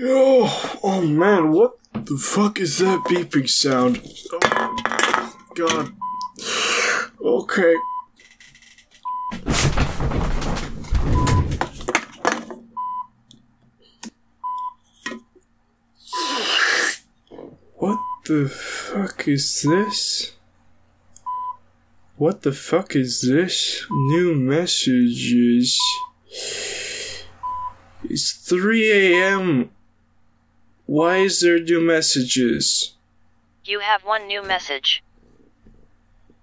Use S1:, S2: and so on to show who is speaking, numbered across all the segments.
S1: Oh, oh man, what the fuck is that beeping sound? Oh, God. Okay. What the fuck is this? What the fuck is this? New messages. It's 3 a.m. Why is there new messages?
S2: You have one new message.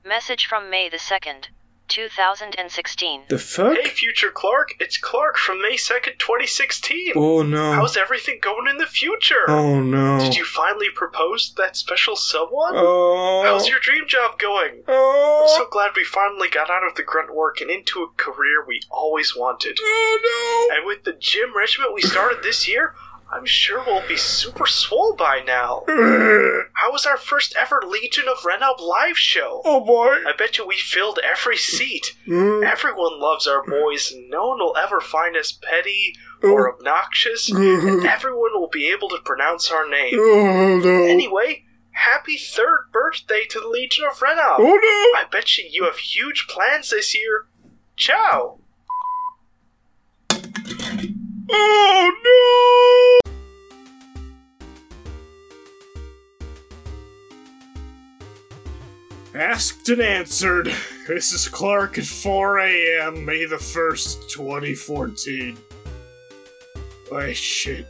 S2: Message from May the 2nd, 2016.
S1: The fuck?
S3: Hey, future Clark, it's Clark from May 2nd, 2016.
S1: Oh no.
S3: How's everything going in the future?
S1: Oh no.
S3: Did you finally propose to that special someone?
S1: Oh.
S3: How's your dream job going? I'm
S1: Oh.
S3: so glad we finally got out of the grunt work and into a career we always wanted.
S1: oh no.
S3: And with the gym regimen we started this year, I'm sure we'll be super swole by now. How was our first ever Legion of Renob live show?
S1: Oh boy.
S3: I bet you we filled every seat.
S1: Mm.
S3: Everyone loves our boys, and no one will ever find us petty or obnoxious, and everyone will be able to pronounce our name.
S1: Oh no.
S3: Anyway, happy third birthday to the Legion of Renob!
S1: Oh
S3: I bet you you have huge plans this year. Ciao!
S1: no. Oh no. Asked and answered. This is Clark at 4 a.m., May the 1st, 2014. Oh shit.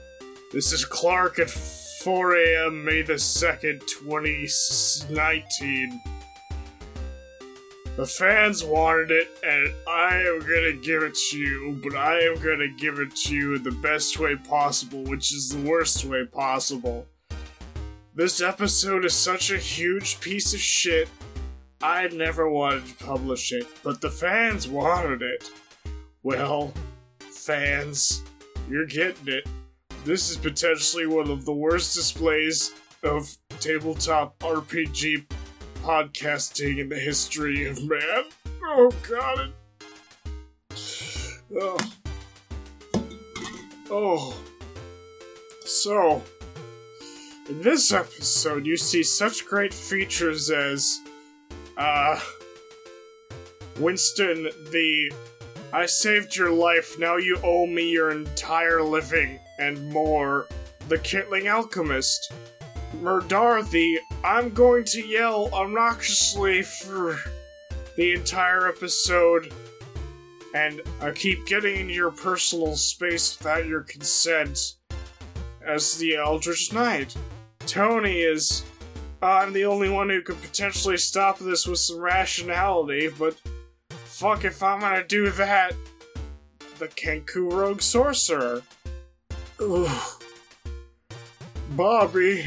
S1: This is Clark at 4 a.m., May the 2nd, 2019. The fans wanted it, and I am gonna give it to you, but I am gonna give it to you in the best way possible, which is the worst way possible. This episode is such a huge piece of shit. I never wanted to publish it, but the fans wanted it. Well, fans, you're getting it. This is potentially one of the worst displays of tabletop RPG podcasting in the history of man. Oh god. It... Oh. Oh. So, in this episode, you see such great features as, uh, Winston, the I saved your life, now you owe me your entire living and more. The Kitling Alchemist. Murdarthy, I'm going to yell obnoxiously for the entire episode, and I keep getting into your personal space without your consent as the Eldritch Knight. Tony is. I'm the only one who could potentially stop this with some rationality, but fuck if I'm gonna do that. The Kenku Rogue Sorcerer. Ugh. Bobby.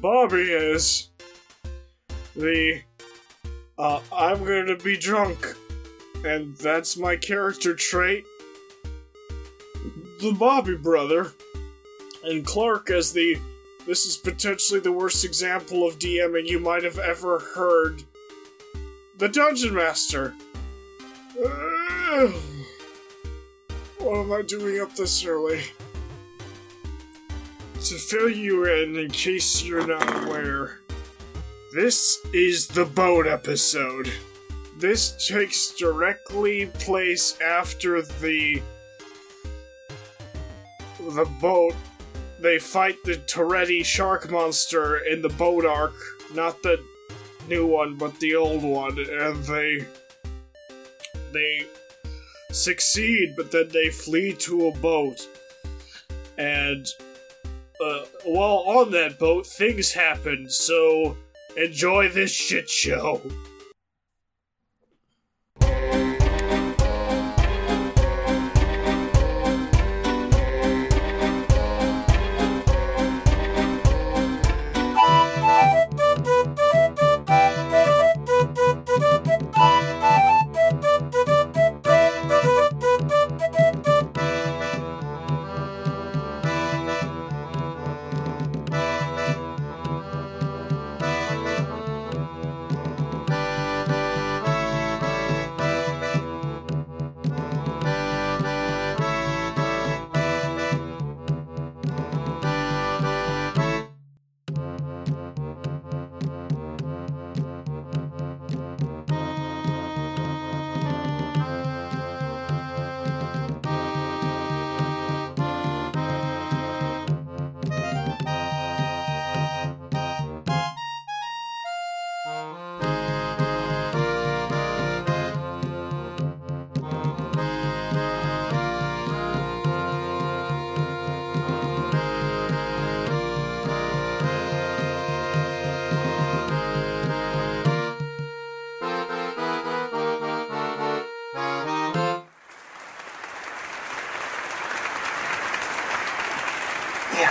S1: Bobby is the uh, I'm gonna be drunk, and that's my character trait. The Bobby brother, and Clark as the this is potentially the worst example of DMing you might have ever heard. The Dungeon Master. Ugh. what am I doing up this early? to fill you in in case you're not aware, this is the boat episode. This takes directly place after the the boat. They fight the Toretti shark monster in the boat arc, not the new one, but the old one, and they they succeed, but then they flee to a boat. And uh, while on that boat, things happen, so enjoy this shit show.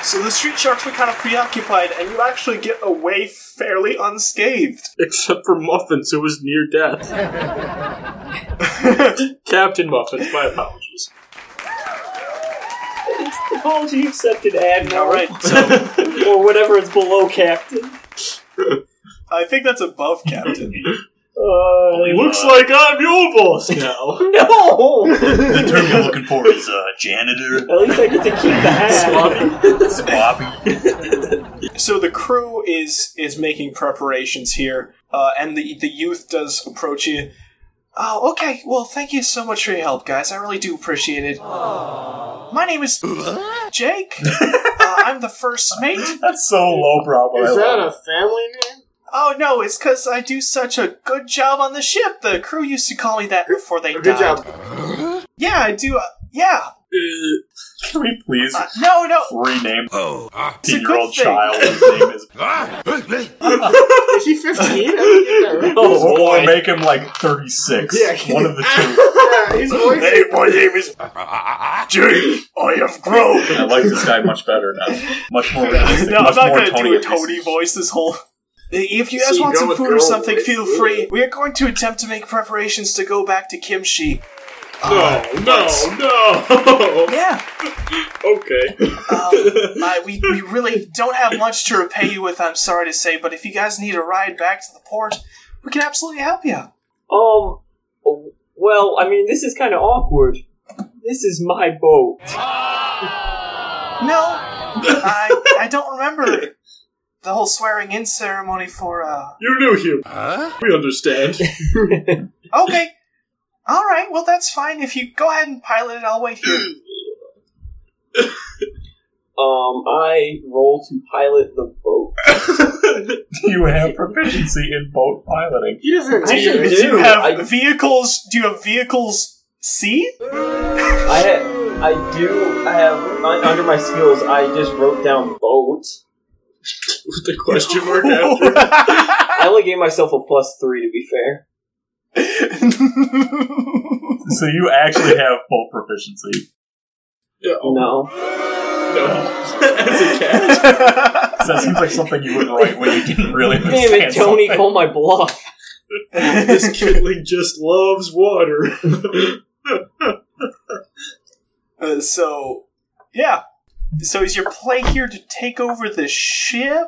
S3: So the street sharks were kind of preoccupied, and you actually get away fairly unscathed.
S4: Except for Muffins, who was near death. Captain Muffins, my apologies.
S5: Apology accepted, Admiral. Alright, so. or whatever is below Captain.
S3: I think that's above Captain.
S5: Uh,
S4: Looks like I'm your boss now.
S5: no!
S6: The term you're looking for is uh, janitor,
S5: At least I get to keep the hat.
S6: swappy.
S3: so the crew is is making preparations here, uh, and the the youth does approach you. Oh, okay. Well, thank you so much for your help, guys. I really do appreciate it. My name is Jake. uh, I'm the first mate.
S6: That's so low, probably.
S7: Is that a family name?
S3: Oh no, it's because I do such a good job on the ship. The crew used to call me that before they
S7: Good
S3: died.
S7: job.
S3: Yeah, I do. Uh, yeah.
S6: Can we please
S3: Uh, no, no.
S6: rename
S8: Oh.
S3: It's a
S6: a
S3: good
S6: year old
S3: thing.
S6: child? His name is
S7: Is he 15? I don't get that right.
S5: Oh,
S6: or make him like 36.
S7: Yeah.
S6: One of the two.
S7: Yeah, his voice.
S1: my name is Jake. I have grown.
S6: I like this guy much better now. Much more realistic.
S3: No, I'm
S6: much
S3: not
S6: more
S3: going to do a
S6: Tony
S3: Tony voice this whole. If you guys
S1: See,
S3: want
S1: go
S3: some
S1: with
S3: food or
S1: girl
S3: something,
S1: voice.
S3: feel free. We are going to attempt to make preparations to go back to Kimchi.
S4: No, no, no.
S3: Yeah,
S4: okay.
S3: um, I, we, we really don't have much to repay you with, I'm sorry to say, but if you guys need a ride back to the port, we can absolutely help you.
S5: Um, well, I mean, this is kind of awkward. This is my boat.
S3: No, I, I don't remember the whole swearing in ceremony for, uh.
S4: You're new here. We understand.
S3: Okay, alright, well, that's fine. If you go ahead and pilot it, I'll wait here.
S5: Um, I roll to pilot the boat.
S6: You have proficiency in boat piloting.
S7: He doesn't
S5: I should
S7: do
S5: do.
S7: it.
S3: Do you have
S5: I-
S3: vehicles? Do you have vehicles C?
S5: I ha- I do I have un- under my skills. I just wrote down boat.
S4: With the question mark after.
S5: I only gave myself a plus three to be fair.
S6: So you actually have boat proficiency.
S5: No,
S4: As a cat.
S6: So that seems like something you would write when you didn't really
S5: damn
S6: understand
S5: it, Tony,
S6: something.
S5: call my bluff.
S4: this kidling just loves water.
S3: Uh, so, yeah. So is your play here to take over the ship?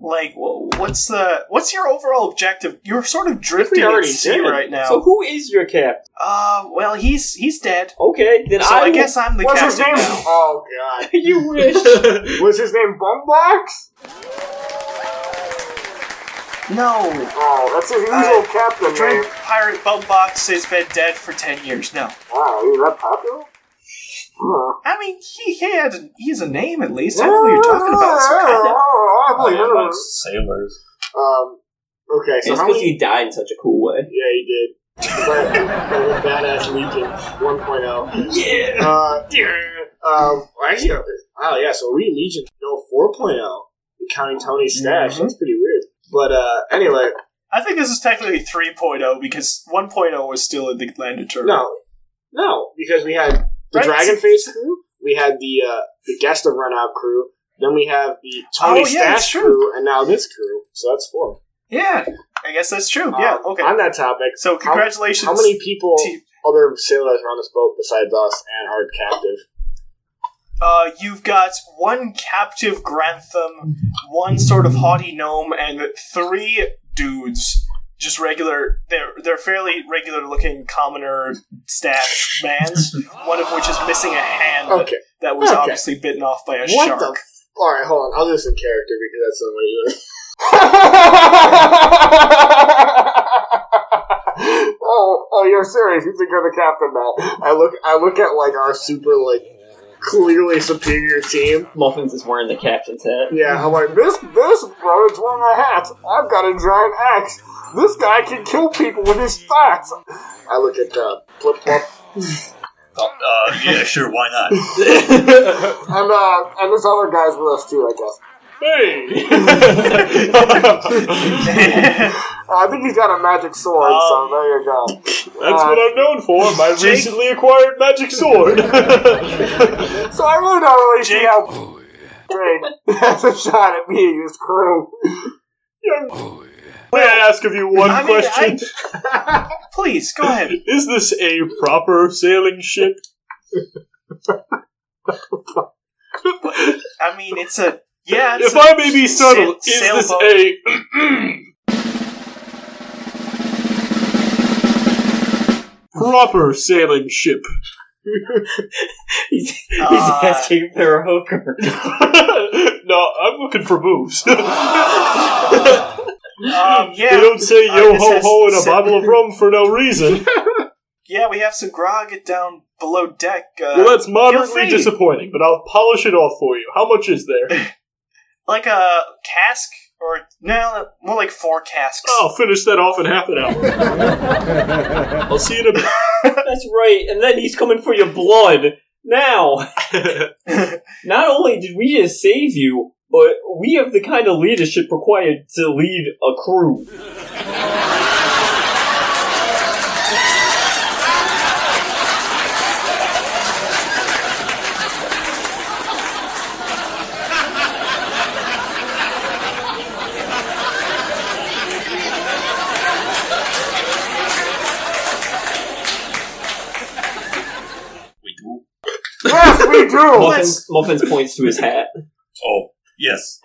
S3: Like, wh- what's the what's your overall objective? You're sort of drifting at
S5: already
S3: sea
S5: did.
S3: right now.
S5: So who is your captain?
S3: uh, well, he's he's dead.
S5: Okay, then
S3: so I,
S5: will-
S3: guess I'm the
S7: What's his
S3: captain
S7: name?
S3: now.
S7: Oh, God.
S5: you wish.
S7: Was his name Bumbox?
S3: No,
S7: Oh, that's his usual
S3: Uh,
S7: captain eh?
S3: Drake
S7: name.
S3: Pirate Bumbox has been dead for ten years now.
S7: Wow, he's that popular? Huh.
S3: I mean, he, he had a, he has a name at least. I don't know what you're talking about. So kinda-
S7: Oh, I
S6: Oh,
S7: believe
S6: yeah,
S7: it.
S6: about sailors.
S7: Um, okay, so
S5: it's
S7: how
S5: because
S7: many...
S5: he died in such a cool way.
S7: Yeah, he did. But badass Legion 1.0. Yeah. Uh, um, actually, uh, wow, yeah. So we Legion no 4.0, counting Tony's stash.
S3: Mm-hmm.
S7: That's pretty weird. But uh, anyway,
S3: I think this is technically 3.0 because 1.0 was still in the land of Turin.
S7: no, no, because we had the
S3: Right.
S7: Dragon Face crew, we had the uh, the guest of Renob crew, then we have the
S3: Oh,
S7: Tony
S3: yeah, that's
S7: Stash
S3: true.
S7: crew, and now this crew. So that's four.
S3: Yeah, I guess that's true. yeah,
S7: Um,
S3: okay.
S7: On that topic,
S3: so
S7: how-
S3: congratulations.
S7: How many people,
S3: to-
S7: other sailors, are on this boat besides us and hard captive?
S3: uh, you've got one captive Grantham, one sort of haughty gnome, and three dudes. Just regular, they're they're fairly regular looking commoner stats mans. one of which is missing a hand
S7: Okay.
S3: that was
S7: Okay.
S3: obviously bitten off by Uh, a
S7: what
S3: shark.
S7: the? F- All right, hold on. I'll do this in character because that's the way you. oh, oh, you're serious? You think I'm the captain now? I look, I look at like our super like clearly superior team.
S5: Muffins is wearing the captain's hat.
S7: Yeah, I'm like this. This brother's wearing a hat. I've got a giant axe. This guy can kill people with his thoughts. I look at uh, flip flop
S6: Uh, yeah, sure, why not?
S7: and uh, and this other guy's with us too, I guess. Uh, I think he's got a magic sword, so
S3: Um,
S7: there you go. Uh,
S4: That's what I'm known for, my
S3: Jake-
S4: recently acquired magic sword.
S7: So I really don't really see
S3: Jake-
S7: how. grade has a shot at beating this crew.
S4: May I ask of you one
S3: I mean,
S4: question?
S3: I- please go ahead.
S4: Is this a proper sailing ship?
S3: I mean, it's a yeah. It's a,
S4: If I may be subtle, is
S3: sail-
S4: this
S3: sailboat.
S4: a proper sailing ship?
S5: He's, he's
S3: Uh,
S5: asking if they're a hooker.
S4: no, I'm looking for moves.
S3: um,
S4: they
S3: yeah,
S4: don't say
S3: Uh,
S4: yo
S3: this Uh,
S4: ho
S3: has
S4: ho and a
S3: sa-
S4: bottle of rum for no reason.
S3: yeah. We have some grog down below deck. Uh,
S4: Well, that's moderately
S3: free.
S4: disappointing, but I'll polish it off for you. How much is there?
S3: like a cask or no, more like four casks.
S4: I'll finish that off in half an hour. I'll see you in a bit.
S5: That's right, and then he's coming for your blood. Now, not only did we just save you, but we have the kind of leadership required to lead a crew.
S4: We do.
S7: Yes, we do.
S5: Muffin, Muffins points to his hat.
S4: Oh, yes.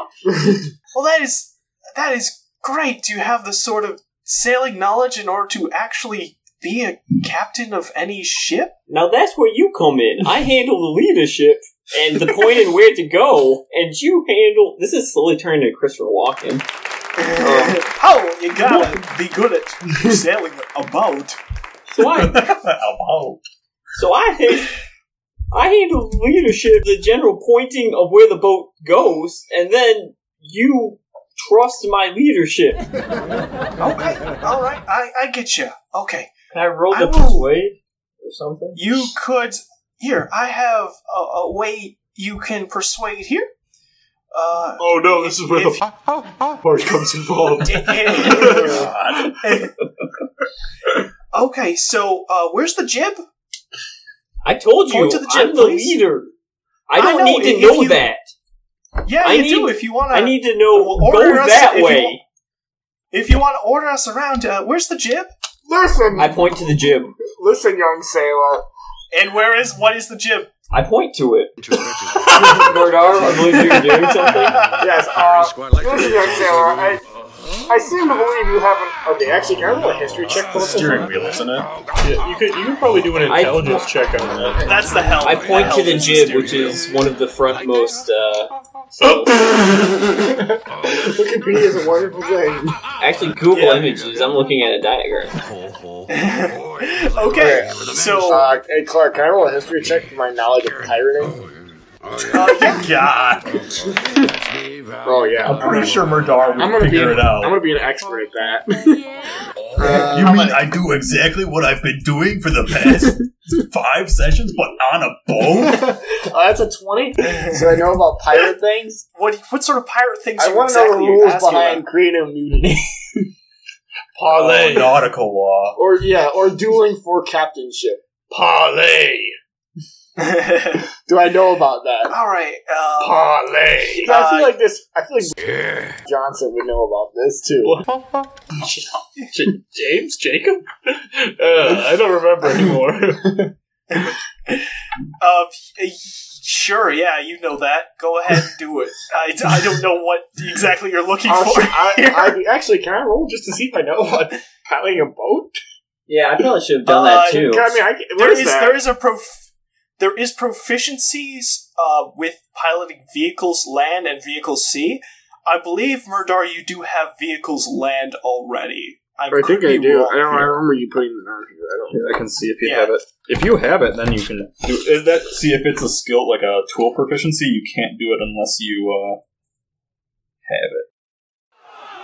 S3: Well, that is that is great. You have the sort of sailing knowledge in order to actually be a captain of any ship.
S5: Now that's where you come in. I handle the leadership and the point and where to go, and you handle. This is slowly turning to Christopher Walken.
S3: oh, you gotta be good at sailing a boat.
S5: So I, so I, hand- I handle the leadership, the general pointing of where the boat goes, and then you trust my leadership.
S3: Okay, all right, I, I get you. Okay,
S5: Can I roll
S3: I
S5: the
S3: will-
S5: persuade or something?
S3: you could here. I have a, a way you can persuade here. Uh,
S4: Oh no, this is where
S3: If-
S4: the f- part comes involved.
S3: okay, so uh, where's the jib?
S5: I told you,
S3: Point to the
S5: I'm
S3: gym,
S5: the
S3: please.
S5: leader. I
S3: I
S5: don't
S3: know,
S5: need to
S3: if
S5: know
S3: you-
S5: that.
S3: Yeah,
S5: I
S3: you
S5: need-
S3: do. If you wanna,
S5: I need to know
S3: Well,
S5: go
S3: order us
S5: that
S3: if you
S5: way.
S3: want- if you wanna order us around, uh, where's the jib?
S7: Listen,
S5: I point to the gym.
S7: listen, young sailor.
S3: And where is what is the jib?
S5: I point to it. Bardar, I believe you're doing something.
S7: Yes, uh, listen, young sailor. I, I seem to believe you haven't. Okay, actually, can I roll a history check? for this
S4: Steering
S7: one?
S4: wheel, isn't it? Yeah, you could you could probably do an
S5: I-
S4: intelligence check on that.
S3: That's the helm.
S5: I point to the
S3: helm.
S5: jib, which is one of the frontmost. Uh, so-
S7: Wikipedia is a wonderful thing.
S5: actually, Google
S3: Yeah.
S5: Images. I'm looking at a diagram.
S3: Okay, so uh,
S7: Uh, hey, Clark, can I roll a history check for my knowledge of pirating?
S3: yeah,
S7: Oh yeah,
S4: I'm pretty sure Murdar
S7: I'm
S4: would
S7: gonna be.
S4: figure it out.
S7: I'm gonna be an expert at that.
S9: You mean I do exactly what I've been doing for the past five sessions, but on a boat?
S7: oh, that's a twenty. So I know about pirate things.
S3: what what sort of pirate things?
S7: I
S3: you
S7: want to
S3: exactly
S7: know the
S3: you're
S7: rules
S3: asking
S7: behind creative mutiny,
S9: Parlay.
S4: Oh,
S9: nautical law.
S7: or yeah, or dueling for captainship.
S9: Parlay.
S3: about.
S7: Do I know about that?
S3: All right, uh,
S9: Parlay.
S7: Yeah, I feel like this. I feel like Johnson would know about this too.
S4: J- James Jacob. Uh, I don't remember anymore.
S3: uh, y- sure, yeah, you know that. Go ahead and do it. I, I don't know what exactly you're looking
S7: Oh,
S3: for.
S7: shit, I, I, actually, can I roll just to see if I know about paddling a boat?
S5: Yeah, I probably should have
S3: done that, Uh, too.
S7: Can I mean, I, what
S3: there
S7: is
S3: is
S7: that?
S3: there is a prof- there is proficiencies uh, with piloting vehicles land and vehicles sea. I believe Murdar, you do have vehicles land already. I'm
S7: I think I
S3: pretty
S7: do.
S3: wrong
S7: I don't. I
S3: here.
S7: remember you putting it on here. I don't.
S4: I can see if
S3: you Yeah. have
S4: it. If you have it, then you can do. Is that see if it's a skill like a tool proficiency? You can't do it unless you uh, have it.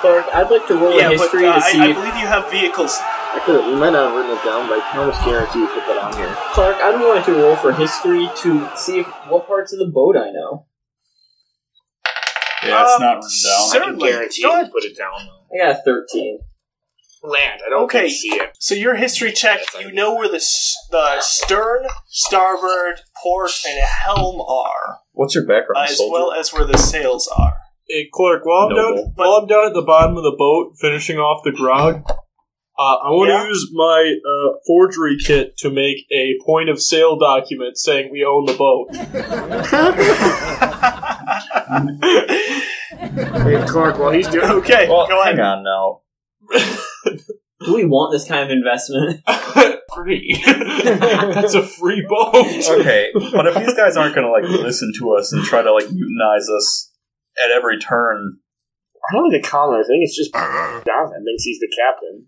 S5: Clark, I'd like to roll
S3: Yeah,
S5: a history
S3: but uh,
S5: to see.
S3: I, I
S5: if,
S3: believe you have vehicles.
S7: I could. We might not have written it down, but I can almost guarantee you put that on here.
S5: Clark, I'd want to roll for history to see if, what parts of the boat I know.
S4: Yeah, it's
S3: Um,
S4: not written down.
S3: sir- Certainly. Go ahead.
S7: put it down.
S5: I got a thirteen.
S7: Land. I
S3: Okay.
S7: it.
S3: So your history check, you know where the s- the stern, starboard, port, and helm are.
S6: What's your background,
S3: as
S6: soldier?
S3: well as where the sails are.
S4: Hey, Clark, while I'm,
S6: Noble.
S4: down, while I'm down at the bottom of the boat finishing off the grog, uh, I want to
S3: Yeah.
S4: use my uh, forgery kit to make a point of sale document saying we own the boat.
S7: Hey, Clark, while he's doing
S3: Okay,
S6: well,
S3: go
S6: hang
S3: ahead.
S6: on now.
S5: Do we want this kind of investment?
S4: free. That's a free boat.
S6: Okay, but if these guys aren't going to like listen to us and try to like mutinize us at every turn,
S7: I don't think the colonel. I think it's just Donovan thinks he's the captain.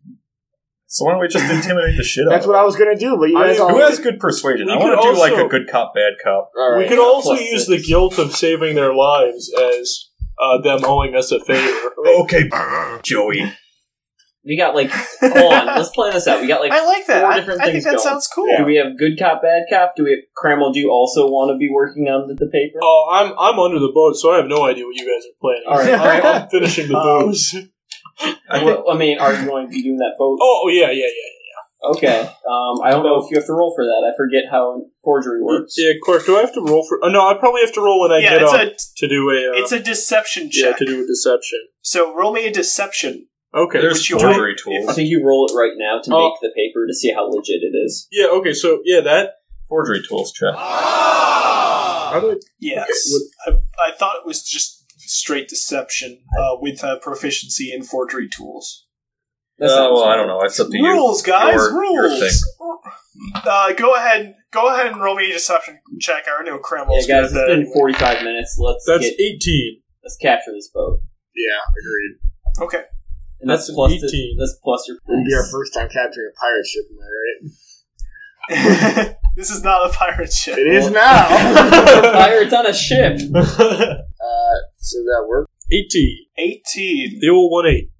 S6: so why don't we just intimidate the shit out?
S7: That's
S6: of
S7: what I was gonna do, but you
S4: I-
S7: guys all.
S6: Who has good persuasion?
S4: We
S6: I want
S4: could
S6: to do like
S4: also-
S6: a good cop, bad cop.
S7: All
S4: We
S7: right.
S4: could also
S7: Plus
S4: use the
S7: six.
S4: guilt of saving their lives as uh, them owing us a favor. Oh,
S8: Okay, Joey.
S5: We got like, hold on, let's plan this out. We got like,
S3: I like that.
S5: four
S3: I,
S5: different
S3: I think
S5: things
S3: that
S5: going.
S3: sounds cool.
S5: do we have good cop, bad cop? Do we have Crammel? Do you also want to be working on the, the paper?
S4: Oh, I'm I'm under the boat, so I have no idea what you guys are planning.
S5: All right, all
S4: I'm,
S5: right.
S4: I'm finishing the
S3: Um,
S4: booze.
S6: I think,
S5: Well, I mean, are you going to be doing that vote?
S4: Oh yeah, yeah, yeah.
S5: Okay. Um, I don't know if you have to roll for that. I forget how forgery works.
S4: Yeah, Clark, do I have to roll for? Oh, no, I probably have to roll when I
S3: yeah,
S4: get
S3: it's
S4: up
S3: a
S4: to do a. Uh,
S3: it's a deception
S4: yeah,
S3: check.
S4: to do a deception.
S3: So roll me a deception.
S4: Okay.
S6: there's
S3: Would you
S6: forgery
S5: I
S6: tools.
S5: think you roll it right now to
S4: Oh.
S5: make the paper to see how legit it is.
S4: yeah. Okay. So yeah, that.
S6: Forgery tools check.
S4: How do I,
S3: Yes, I, I thought it was just straight deception uh, with uh, proficiency in forgery tools.
S5: That
S6: Uh,
S5: sounds
S6: well, I
S5: right.
S6: don't know. It's up to you.
S3: Rules, guys,
S6: Your- your thing.
S3: rules. Uh, go ahead, go ahead and roll me a deception check. I already know Cramwell's
S5: Yeah, guys,
S3: good at
S5: it's
S3: that.
S5: been 45 minutes. Let's
S4: that's
S5: get,
S4: eighteen.
S5: let's capture this boat.
S7: Yeah, agreed.
S3: Okay,
S5: And that's,
S4: That's an
S5: plus the-
S4: 18.
S5: that's plus your
S7: It'd be our first time capturing a pirate ship, am I
S3: this is not a pirate ship.
S7: right? It is now.
S5: Pirates on a ship.
S7: uh, so that worked.
S4: Eighteen.
S3: Eighteen.
S4: The old one eight.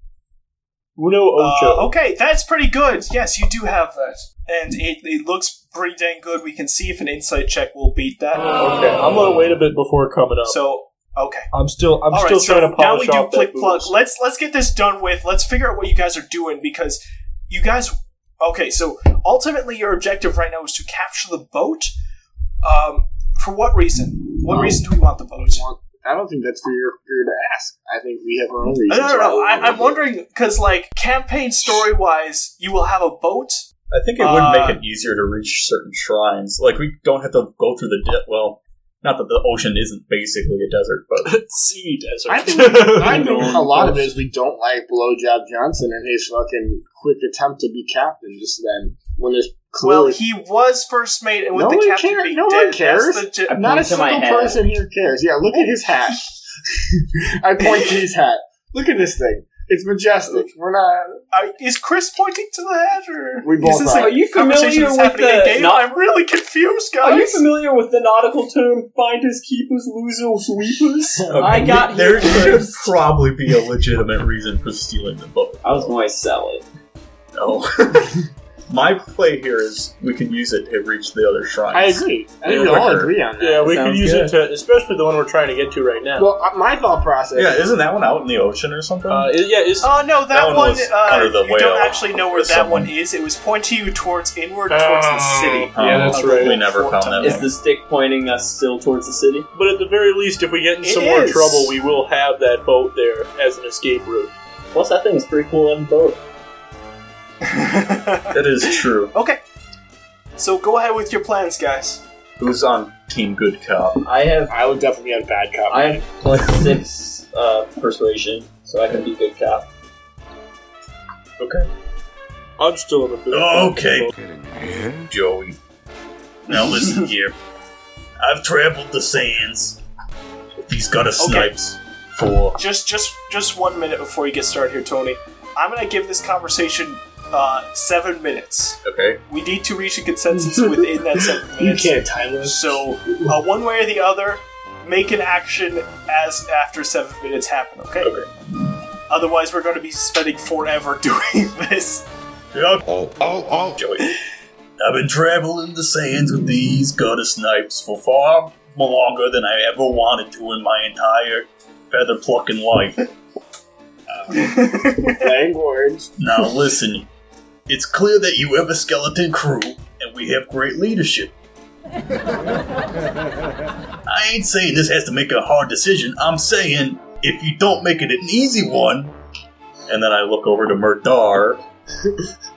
S4: Uno ocho.
S3: Uh, okay, that's pretty good. Yes, you do have that, and it, it looks pretty dang good. We can see if an insight check will beat that.
S7: Oh,
S4: Okay, I'm gonna wait a bit before coming up.
S3: So okay.
S4: I'm still, I'm
S3: All
S4: still
S3: right,
S4: trying
S3: so
S4: to polish
S3: now we
S4: off
S3: do flick
S4: that
S3: plug.
S4: booze.
S3: Let's let's get this done with. Let's figure out what you guys are doing because you guys. Okay, so ultimately your objective right now is to capture the boat. Um, for what reason? What
S7: Wow.
S3: reason do we want the boat?
S7: I don't think that's for your for you to ask. I think we have our own
S3: I
S7: reasons.
S3: don't know.
S7: why we
S3: I, I'm
S7: would.
S3: wondering because, like, campaign story wise, you will have a boat.
S6: I think it would make
S3: Uh,
S6: it easier to reach certain shrines. Like we don't have to go through the di- well. Not that the ocean isn't basically a desert, but
S4: sea desert.
S7: I think, I think a lot of it is we don't like Blowjob Johnson and his fucking quick attempt to be captain just then when there's
S3: Well,
S7: clearly
S3: he was first mate, and with
S7: No
S3: the
S7: one
S3: captain
S7: cares-
S3: being
S7: no one
S3: dead, that's
S7: cares.
S3: the ge-
S7: not
S5: point
S7: a
S5: to my
S7: single
S5: hat.
S7: person here cares. Yeah, look at his hat. I point to his hat. Look at this thing. It's majestic. We're not.
S3: I- Uh, is Chris pointing to the head, or
S7: We both
S3: is this
S7: are.
S3: a
S7: Are
S5: you
S3: conversation that's
S5: familiar with
S3: happening
S5: the-
S3: in game?
S5: not-
S3: I'm really confused, guys.
S7: Oh,
S5: Are you familiar with the nautical term finders, keepers, losers, sweepers? I got
S6: there
S5: here
S6: should
S5: first.
S6: probably be a legitimate reason for stealing the boat.
S5: I was going to sell it.
S6: No, my play here is we can use it to reach the other shrines.
S7: I agree. I think we all agree on that.
S4: yeah, we could
S5: sounds
S4: use it
S5: good.
S4: to, especially the one we're trying to get to right now.
S7: Well, uh, my thought process.
S6: Yeah, isn't that one out in the ocean or something?
S4: Uh, it- yeah, it's
S3: Oh no, that,
S6: That one
S3: one.
S6: was
S3: uh,
S6: under the
S3: you
S6: whale
S3: don't actually know where
S6: or
S3: that
S6: someone. Oh.
S3: one is. It was pointing you towards inward, towards the city.
S4: Ah. yeah, that's
S3: Okay.
S4: right.
S6: We never found that
S5: Is
S6: one.
S5: the stick pointing us still towards the city?
S4: But at the very least, if we get in
S3: It
S4: some more
S3: is.
S4: trouble, we will have that boat there as an escape route.
S5: Plus, that thing's pretty cool on boat.
S6: That is true.
S3: Okay, so go ahead with your plans, guys.
S6: Who's on Team Good Cop?
S5: I have
S7: I would definitely have bad cop.
S5: I have plus six uh, persuasion, so I can be good cop.
S6: Okay,
S4: I'm still in the boat.
S3: Oh,
S8: Okay.
S6: Joey.
S8: Now listen here. I've traveled the sands. He's got a snipes for
S3: Just, just, just one minute before you get started here, Tony. I'm gonna give this conversation uh, seven minutes.
S6: Okay.
S3: We need to reach a consensus within that seven
S7: you
S3: minutes.
S7: can't time this.
S3: So, uh, one way or the other, make an action as after seven minutes happen. Okay.
S6: Okay.
S3: Otherwise, we're going to be spending forever doing this.
S8: Yeah,
S6: Joey.
S8: I've been traveling the sands with these gutter snipes for far longer than I ever wanted to in my entire feather plucking life.
S7: Lang words.
S8: Now listen, it's clear that you have a skeleton crew, and we have great leadership. I ain't saying this has to make a hard decision. I'm saying if you don't make it an easy one, and then I look over to Murdar.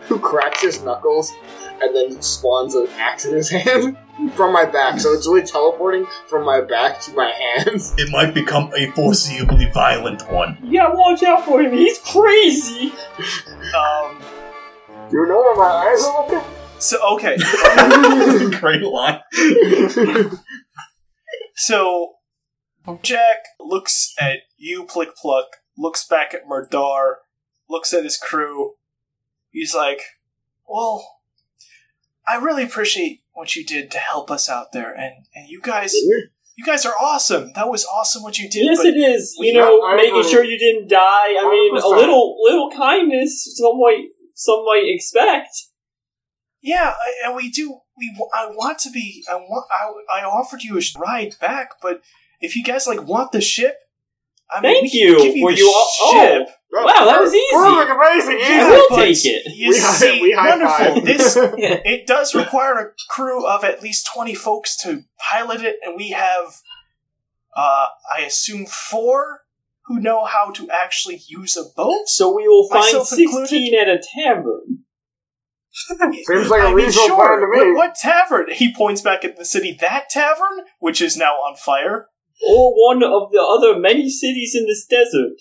S7: who cracks his knuckles and then spawns an axe in his hand from my back. So it's really teleporting from my back to my hands.
S8: It might become a foreseeably violent one.
S5: You gotta watch out for him. He's crazy.
S3: Um,
S7: You know where my eyes are looking?
S3: so okay,
S8: Great line.
S3: so Jack looks at you, Plick Pluck. Looks back at Murdar. Looks at his crew. He's like, "Well, I really appreciate what you did to help us out there, and and you guys, you guys are awesome. That was awesome what you did.
S5: Yes,
S3: but
S5: it is. You
S7: Yeah,
S5: know,
S7: I
S5: making
S7: agree.
S5: sure you didn't die. I mean, a
S7: 100%.
S5: little little kindness. Some might some might expect.
S3: Yeah, I- and we do. We w- I want to be. I want. I, I offered you a sh- ride back, but if you guys like want the ship, I mean,
S5: Thank
S3: we can
S5: you. oh,
S3: give you
S5: Were
S3: the
S5: you all-
S3: ship.
S5: Wow, that was easy.
S7: We're looking amazing.
S5: I
S3: Yeah,
S7: Yeah.
S5: will
S3: but
S5: take it.
S3: You
S7: We high-
S3: see,
S7: we high
S3: wonderful.
S7: five.
S3: This
S5: Yeah.
S3: it does require a crew of at least twenty folks to pilot it, and we have, uh, I assume, four who know how to actually use a boat.
S5: So we will find
S3: Myself
S5: sixteen at a tavern.
S7: Seems like a
S3: I mean,
S7: reasonable
S3: sure.
S7: plan to me.
S3: What, what tavern? He points back at the city. That tavern, which is now on fire.
S5: Or one of the other many cities in this desert.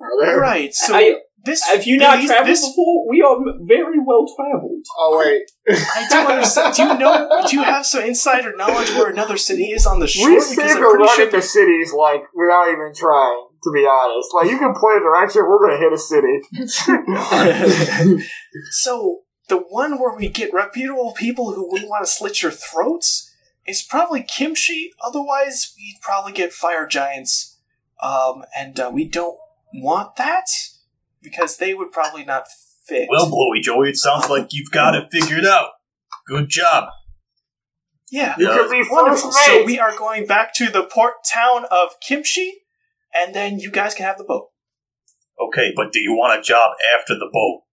S7: Are there?
S3: Right. So
S5: I-
S3: this.
S5: Have you not
S3: these-
S5: traveled
S3: this-
S5: before? We are very well traveled.
S7: Oh wait,
S3: I do understand. Do you know? Do you have some insider knowledge where another city is on the shore?
S7: we saved
S3: I'm
S7: a run
S3: pretty
S7: at the cities like without even trying. To be honest, like you can play a direction, we're gonna hit a city.
S3: sure- so the one where we get reputable people who wouldn't want to slit your throats is probably Kimchi. Otherwise, we'd probably get fire giants, um, and uh, we don't want that because they would probably not fit.
S8: Well, Blowy Joey, it sounds like you've got it figured out. Good job.
S3: yeah.
S7: you
S8: Yeah.
S7: could be
S3: Wonderful.
S7: first
S3: So
S7: mate.
S3: we are going back to the port town of Kimchi, and then you guys can have the boat.
S8: Okay, but do you want a job after the boat?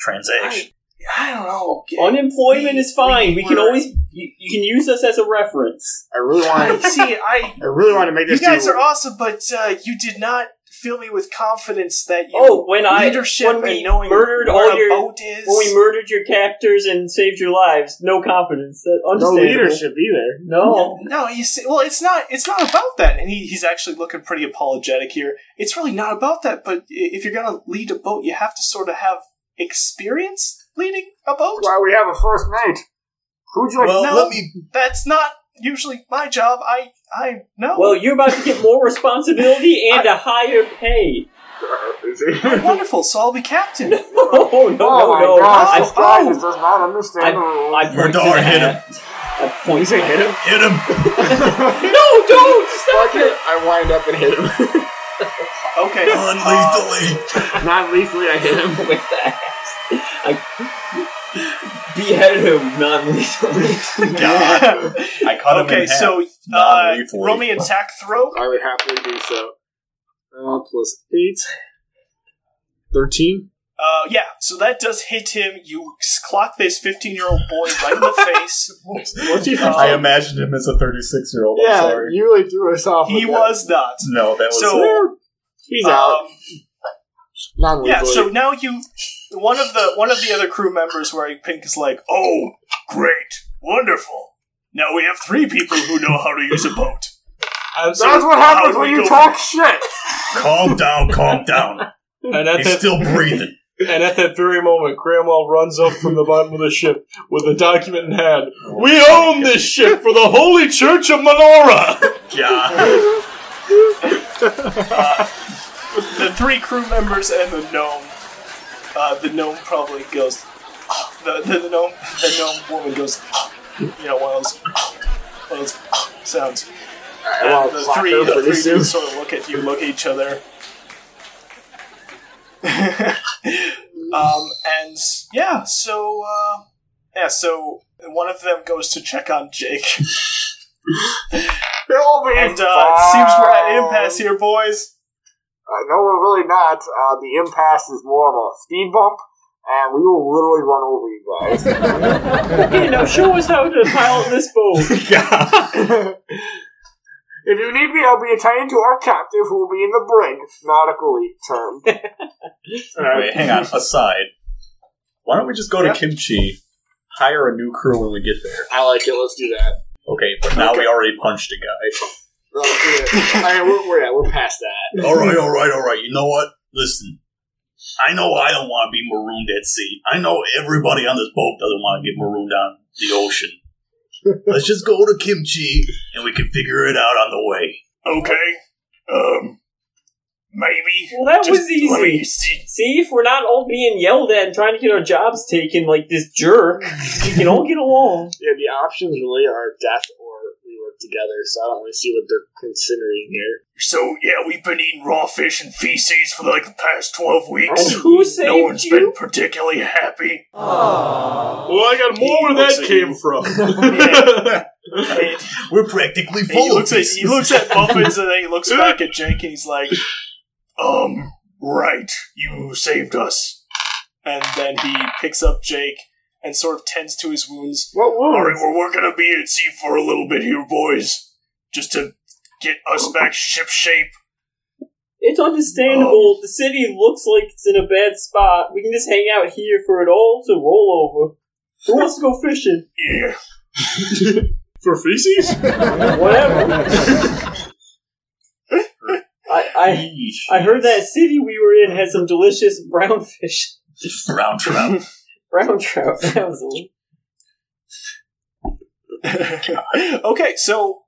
S8: Transaction.
S3: I don't know.
S5: Unemployment
S3: We-
S5: is fine.
S3: we
S5: We, can
S3: were-
S5: always you, you can use us as a reference.
S7: I really
S3: I
S7: want. to.
S3: see. I
S7: I really want to make
S3: you
S7: this.
S3: guys
S7: do-
S3: are awesome, but uh, you did not fill me with confidence that you
S5: Oh, when I
S3: leadership
S5: when we
S3: and knowing
S5: murdered
S3: where
S5: all
S3: a
S5: your
S3: boat is.
S5: when we murdered your captors and saved your lives, no confidence. That
S7: no
S5: understandable.
S7: leadership either.
S5: No.
S3: no, you see, well, it's not. It's not about that. And he, he's actually looking pretty apologetic here. It's really not about that. But i- if you're gonna lead a boat, you have to sort of have experience leading a boat.
S7: That's why we have a first mate. Who'd you like?
S8: Well,
S3: no.
S8: let me.
S3: That's not usually my job. I I know.
S5: Well, you're about to get more responsibility and a higher pay.
S3: wonderful. So I'll be captain.
S5: Oh no
S7: oh
S5: no
S7: my
S5: no!
S7: gosh, Oh.
S5: I,
S7: this guy
S5: I,
S7: just does not understand the rules.
S5: I point to
S8: Murdar,
S5: the
S8: hit him.
S5: hat. I point to the hat.
S8: Hit him!
S5: No, don't stop
S7: Fuck
S5: it!
S7: it, I wind up and hit him.
S3: Okay. uh,
S8: Unlethally!
S7: not lethally, I hit him.
S5: With the axe, I beheaded him non-lethally.
S8: God. I cut him
S3: okay,
S8: in half.
S3: so uh,
S8: Non-lethally.
S3: roll me attack throw.
S7: I would happily do so. Uh, plus 8. 13?
S3: Uh, yeah, so that does hit him. You clock this 15 year old boy right in the face.
S8: Oh,
S7: What's he
S8: Uh, I imagined him as a 36 year old. I'm
S7: Yeah,
S8: sorry.
S7: you really threw us off.
S3: He
S7: with that.
S3: was not.
S8: No, that was.
S3: So,
S7: He's out.
S3: um,
S7: Non lethally.
S3: yeah, so now you. One of the one of the other crew members wearing pink is like, "Oh, great, wonderful! Now we have three people who know how to use a boat."
S4: And, so,
S7: That's what
S3: how
S7: happens
S3: do
S7: when
S3: we
S7: you
S3: go-
S7: talk shit!
S8: calm down, calm down.
S4: and, at
S8: He's
S4: that,
S8: still breathing.
S4: and at that very moment, Grandma runs up from the bottom of the ship with a document in hand. We own this ship for the Holy Church of Menorah!
S8: God.
S3: the three crew members and the gnome. Uh, the gnome probably goes. "Ah." the, the, the gnome the gnome woman goes. "Ah." you know one of those. "Ah," one of those "Ah" sounds.
S7: I
S3: And
S7: want
S3: the
S7: to slap
S3: three
S7: her
S3: the
S7: pretty
S3: three
S7: soon.
S3: dudes sort of look at you, look at each other. um, and yeah, so uh, yeah, so one of them goes to check on Jake,
S7: It'll be
S3: and uh, it seems we're at impasse here, boys.
S7: Uh, no, we're really not. Uh, the impasse is more of a speed bump and we will literally run over you guys.
S5: Okay, now show us how to pilot this boat.
S7: if you need me, I'll be attending to our captive who will be in the brig, nautically term.
S8: Wait, hang on. Aside, why don't we just go to Kimchi, hire a new crew when we get there?
S7: I like it, let's do that.
S8: Okay, but now we already punched a guy.
S7: Let's do it. I mean, we're, we're, at, we're past that.
S8: all right, all right, all right. You know what? Listen, I know I don't want to be marooned at sea. I know everybody on this boat doesn't want to get marooned on the ocean. Let's just go to Kimchi and we can figure it out on the way.
S3: Okay. Um. Maybe.
S5: Well, that was
S3: Just let me
S5: easy.
S3: see.
S5: See, if we're not all being yelled at and trying to get our jobs taken like this jerk, we can all get along.
S7: Yeah, the options really are death or we work together, so I don't really see what they're considering here.
S3: So yeah, we've been eating raw fish and feces for like the past twelve
S5: And
S3: weeks.
S5: who saved
S3: No one's
S5: you?
S3: been particularly happy.
S10: Well, I got more where
S3: looks
S10: that
S3: at
S10: came
S3: you.
S10: from.
S8: We're practically
S3: And he
S8: full of
S3: looks at
S8: this.
S3: he looks at Muffins and then he looks back at Jenkins like, um, right, you saved us. And then he picks up Jake and sort of tends to his wounds.
S7: What
S3: All
S7: wounds?
S3: right, well, we're gonna be at sea for a little bit here, boys, just to get us back ship shape.
S5: It's
S3: Oh.
S5: understandable. The city looks like it's in a bad spot. We can just hang out here for it all to roll over. Who wants to go fishing?
S3: Yeah,
S10: For feces?
S5: Whatever. I, I I heard that city we were in had some delicious brown fish.
S8: Round trout.
S5: Brown trout. That was a little-
S3: okay, so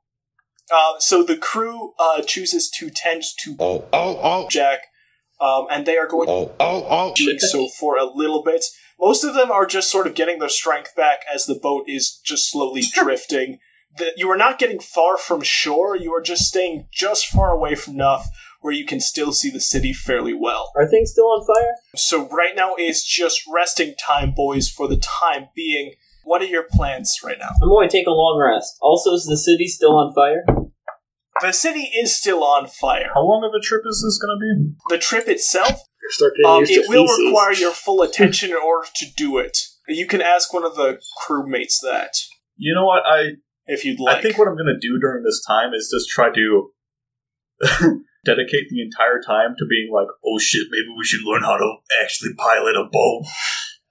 S3: uh, so the crew uh, chooses to tend to oh, oh, oh. Jack, um, and they are going oh, oh, oh. so for a little bit. Most of them are just sort of getting their strength back as the boat is just slowly drifting. The, you are not getting far from shore. You are just staying just far away from enough where you can still see the city fairly well.
S5: Are things still on fire?
S3: So right now is just resting time, boys, for the time being. What are your plans right now?
S5: I'm going to take a long rest. Also, is the city still on fire?
S3: The city is still on fire.
S11: How long of a trip is this going to be?
S3: The trip itself,
S7: You're start getting
S3: um,
S7: used
S3: it
S7: to
S3: will
S7: feces.
S3: require your full attention in order to do it. You can ask one of the crewmates that
S11: You know what? I
S3: if you'd like.
S11: I think what I'm going to do during this time is just try to dedicate the entire time to being like,
S8: Oh shit, maybe we should learn how to actually pilot a boat.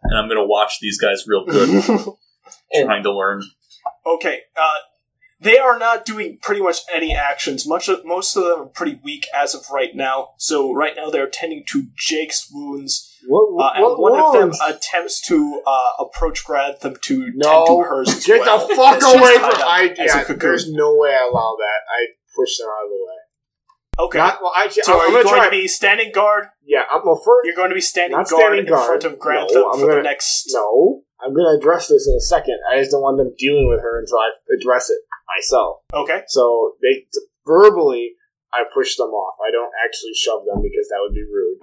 S11: and I'm going to watch these guys real good, trying to learn.
S3: okay, uh, they are not doing pretty much any actions. Much of, most of them are pretty weak as of right now. So right now they're tending to Jake's wounds.
S7: What,
S3: Uh,
S7: what,
S3: and
S7: what
S3: one
S7: wounds?
S3: of them attempts to uh, approach Grantham to tend
S7: no,
S3: to hers. as
S7: get
S3: well.
S7: the fuck
S3: As she's
S7: away
S3: tied
S7: from
S3: up
S7: I.
S3: as a
S7: Yeah,
S3: cocoon.
S7: there's no way I allow that. I push them out of the way.
S3: Okay.
S7: Not, well, I,
S3: so
S7: I'm
S3: are you
S7: gonna
S3: going
S7: try.
S3: to be standing guard?
S7: yeah, I'm a first.
S3: You're going to be standing guard
S7: Not standing
S3: in
S7: guard.
S3: front of Grantham
S7: No, I'm
S3: for the
S7: gonna-
S3: next.
S7: No, I'm gonna address this in a second. I just don't want them dealing with her until I address it myself.
S3: Okay.
S7: So they verbally, I push them off. I don't actually shove them because that would be rude.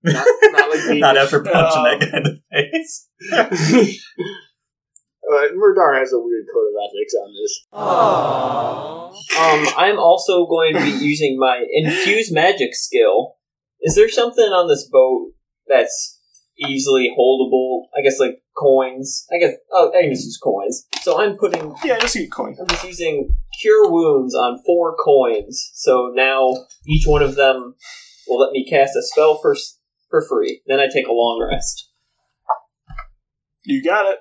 S7: Not, not like being,
S8: Not after punching
S3: Uh,
S11: Um,
S8: that guy in the face.
S7: uh, Murdar has a weird code of ethics on this.
S5: Um, I'm also going to be using my infuse magic skill. Is there something on this boat that's easily holdable? I guess like coins. I guess oh, I can just use coins. So I'm putting.
S3: Yeah, just get coin.
S5: I'm just using cure wounds on four coins. So now each one of them will let me cast a spell for s- for free. Then I take a long rest.
S3: You got it.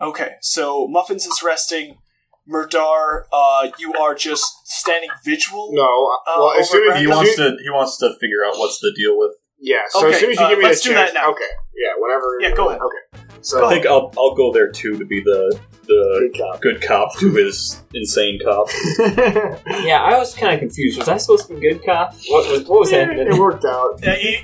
S3: Okay, so Muffins is resting. Murdar, uh, you are just standing visual.
S7: No, I- well,
S3: over
S7: as soon as
S3: Brad-
S11: He
S3: He
S11: wants
S7: as soon-
S11: to he wants to figure out what's the deal with.
S7: yeah. So
S3: Okay,
S7: as soon as you
S3: uh,
S7: give me
S3: let's
S7: this
S3: do
S7: chance,
S3: that now.
S7: okay, yeah, whenever.
S3: Yeah, go ahead.
S7: Okay,
S3: Go
S7: so
S11: I think I'll I'll go there too to be the the
S7: good cop.
S11: good cop to his insane cop.
S5: Yeah, I was kind of confused. Was I supposed to be good cop? What was what was
S7: it
S5: happening?
S7: worked out.
S3: Uh, he-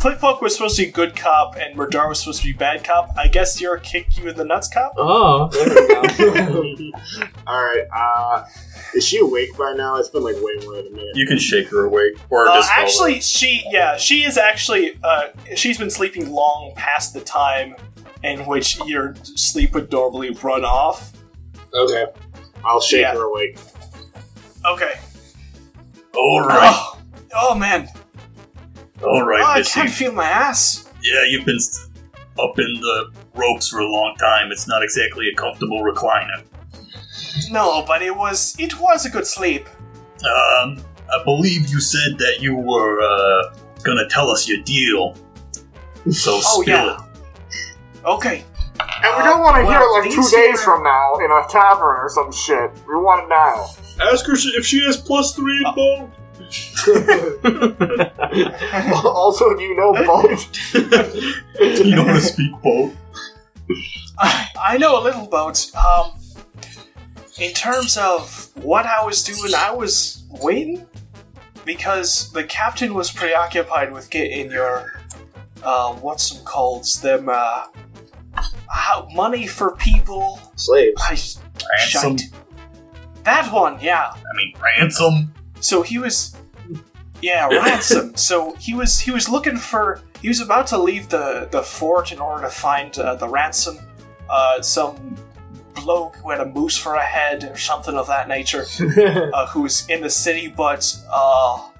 S3: Flipfuck was supposed to be good cop, and Murdar was supposed to be bad cop. I guess you're a kick you in the nuts cop.
S5: Oh, there we go.
S7: All right. Uh, is she awake by now? It's been like way more than a minute.
S11: You can shake her awake or
S3: Uh,
S11: just
S3: actually, she yeah, she is actually uh, she's been sleeping long past the time in which your sleep would normally run off.
S7: Okay. I'll shake
S3: Yeah.
S7: her awake.
S3: Okay.
S8: All right,
S3: Oh, oh man,
S8: all
S3: oh,
S8: right.
S3: I
S8: this
S3: can't
S8: is,
S3: feel my ass.
S8: Yeah, you've been st- up in the ropes for a long time. It's not exactly a comfortable recliner.
S3: No, but it was it was a good sleep.
S8: Um, I believe you said that you were uh, gonna tell us your deal. So
S3: Oh,
S8: spill
S3: yeah. Okay.
S7: And we don't want to
S3: Uh,
S7: hear
S3: well,
S7: it like two
S3: these
S7: days
S3: here-
S7: from now in a tavern or some shit. We want it now.
S4: Ask her if she has plus three in ball.
S7: also, you know both.
S8: it. You know how to speak both.
S3: I, I know a little about. Um, in terms of what I was doing, I was waiting because the captain was preoccupied with getting your uh, what's them called them uh, how, money for people.
S7: Slaves.
S3: I
S8: Ransom.
S3: shite. That one, yeah.
S8: I mean, ransom.
S3: So he was, yeah, ransom. So he was he was looking for he was about to leave the the fort in order to find uh, the ransom. Uh, some bloke who had a moose for a head or something of that nature, uh, who was in the city, but uh,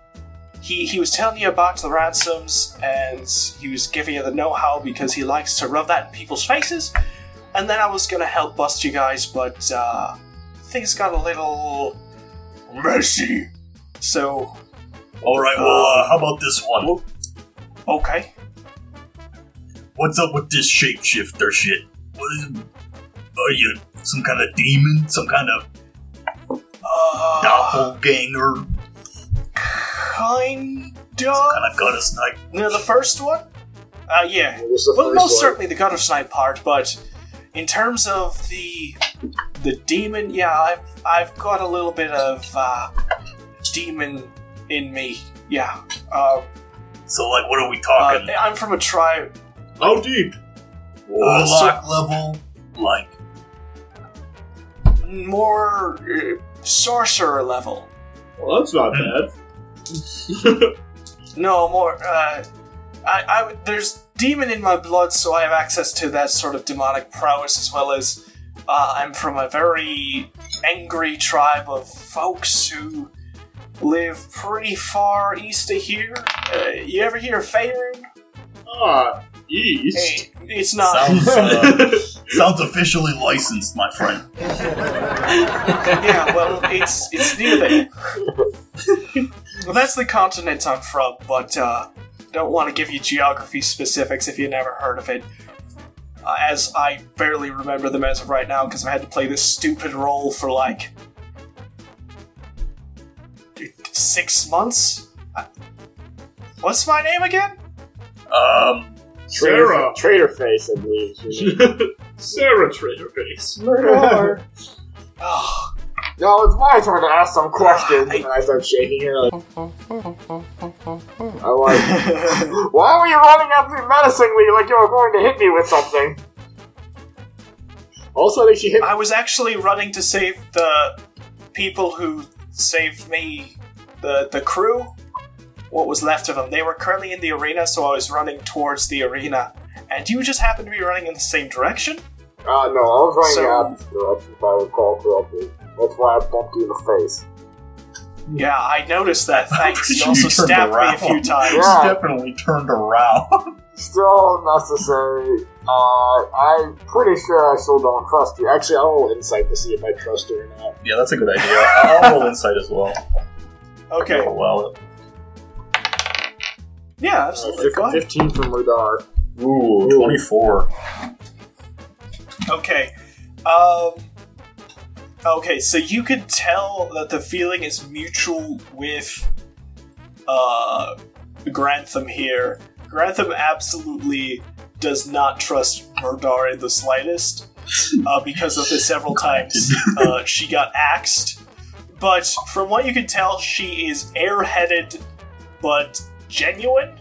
S3: he he was telling you about the ransoms and he was giving you the know-how because he likes to rub that in people's faces. And then I was gonna help bust you guys, but uh, things got a little messy. So
S8: All right. Well, uh, how about this one?
S3: Okay.
S8: What's up with this shapeshifter shit? What is, are you some kind of demon? Some kind of
S3: Uh,
S8: doppelganger?
S3: kind of.
S8: Kind of gutter snipe?
S3: You know, the first one? Uh, yeah.
S7: What was the
S3: Well,
S7: first
S3: most
S7: one?
S3: certainly the gutter snipe part, but in terms of the the demon, yeah, I've I've got a little bit of uh, demon in me. Yeah. Uh,
S8: So, like, what are we
S3: uh,
S8: talking?
S3: I'm from a tribe.
S4: How deep?
S8: Warlock level? Like,
S3: More uh, sorcerer level.
S4: Well, that's not
S8: Hmm.
S4: bad.
S3: No, more. Uh, I, I would- there's demon in my blood, so I have access to that sort of demonic prowess, as well as uh, I'm from a very angry tribe of folks who live pretty far east of here. Uh, you ever hear of Faerun?
S4: Ah, yeast.
S3: Hey, it's not.
S8: sounds, uh, sounds officially licensed, my friend.
S3: yeah, well, it's it's near there. well, that's the continent I'm from, but uh, don't want to give you geography specifics if you never heard of it. Uh, as I barely remember them as of right now because I had to play this stupid role for like six months. I- What's my name again?
S8: Um,
S4: Sarah.
S7: Trader face, I believe. you know.
S4: Sarah Trader Face.
S5: Murder.
S3: Oh,
S7: no, it's my turn to ask some questions.
S3: I-
S7: and I start shaking her. Like, I like. Why were you running at me menacingly like you were going to hit me with something? Also, I think she hit
S3: I was actually running to save the people who saved me, the the crew, what was left of them. They were currently in the arena, so I was running towards the arena. And you just happened to be running in the same direction?
S7: Uh, no, I was running
S3: So-
S7: out of direction if I recall correctly. That's why I bumped you in the face.
S3: Yeah, I noticed that. Thanks.
S8: pretty
S3: You
S8: sure
S3: also
S8: you turned
S3: stabbed me a
S8: around.
S3: few times.
S7: Yeah.
S8: definitely turned around.
S7: Still necessary. Uh, I'm pretty sure I still don't trust you. Actually, I'll roll insight to see if I trust her or not.
S6: Yeah, that's a good idea. I'll roll insight as well. Oh,
S3: Okay.
S6: Allow it.
S3: Yeah,
S7: Uh,
S3: absolutely. Go
S7: fif-
S3: ahead.
S7: 15 from Radar.
S6: Ooh, 24.
S3: Okay. Um, okay, so you could tell that the feeling is mutual with uh, Grantham here. Grantham absolutely does not trust Murdar in the slightest uh, because of the several times uh, she got axed. But from what you can tell, she is airheaded but genuine.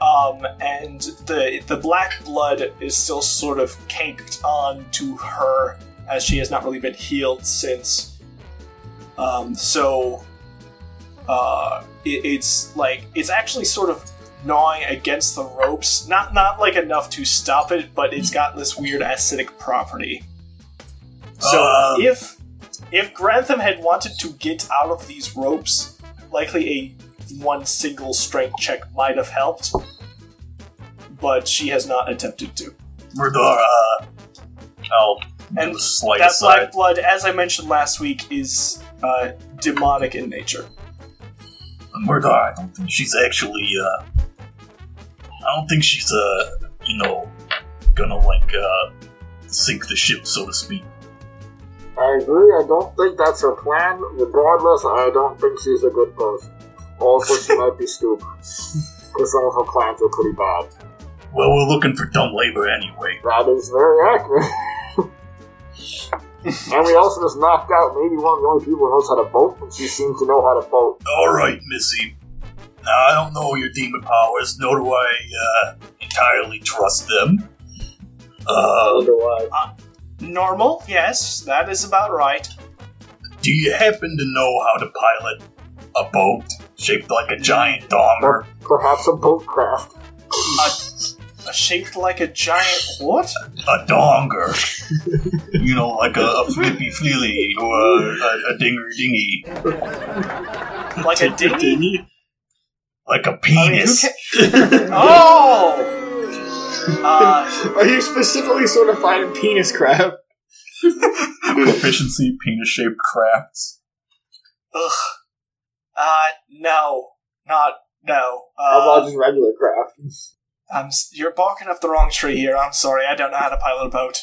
S3: Um, and the the black blood is still sort of caked on to her as she has not really been healed since. Um, so uh, it, it's like it's actually sort of gnawing against the ropes, not not like enough to stop it, but it's got this weird acidic property. So
S8: Um.
S3: if if Grantham had wanted to get out of these ropes, likely a one single strength check might have helped but she has not attempted to.
S8: Murdara.
S6: Oh,
S8: I'll
S3: And
S8: do a slight
S3: that
S8: aside.
S3: black blood, as I mentioned last week, is uh, demonic in nature.
S8: Murdara, I don't think she's actually, uh, I don't think she's, uh, you know, gonna, like, uh, sink the ship, so to speak.
S7: I agree. I don't think that's her plan. Regardless, I don't think she's a good person. Also, she might be stupid. Because some of her plans are pretty bad.
S8: Well, we're looking for dumb labor anyway.
S7: That is very accurate. and we also just knocked out maybe one of the only people who knows how to boat, and she seems to know how to boat.
S8: Alright, Missy. Now, I don't know your demon powers, nor do I, uh, entirely trust them. Uh,
S5: Otherwise,
S3: Normal, yes, that is about right.
S8: do you happen to know how to pilot a boat shaped like a giant donger?
S7: Perhaps a boat craft.
S3: Shaped like a giant what?
S8: a donger. you know, like a, a flippy fleely or a, a, a dinger dingy.
S3: Like a dinghy?
S8: Like a
S3: I mean, who
S8: penis.
S3: ca- oh! Uh,
S7: Are you specifically certified in penis craft?
S6: Proficiency, penis shaped crafts.
S3: ugh. Uh, no. Not, no.
S7: How
S3: Uh,
S7: about just regular craft?
S3: I'm, s- you're barking up the wrong tree here. I'm sorry. I don't know how to pilot a boat.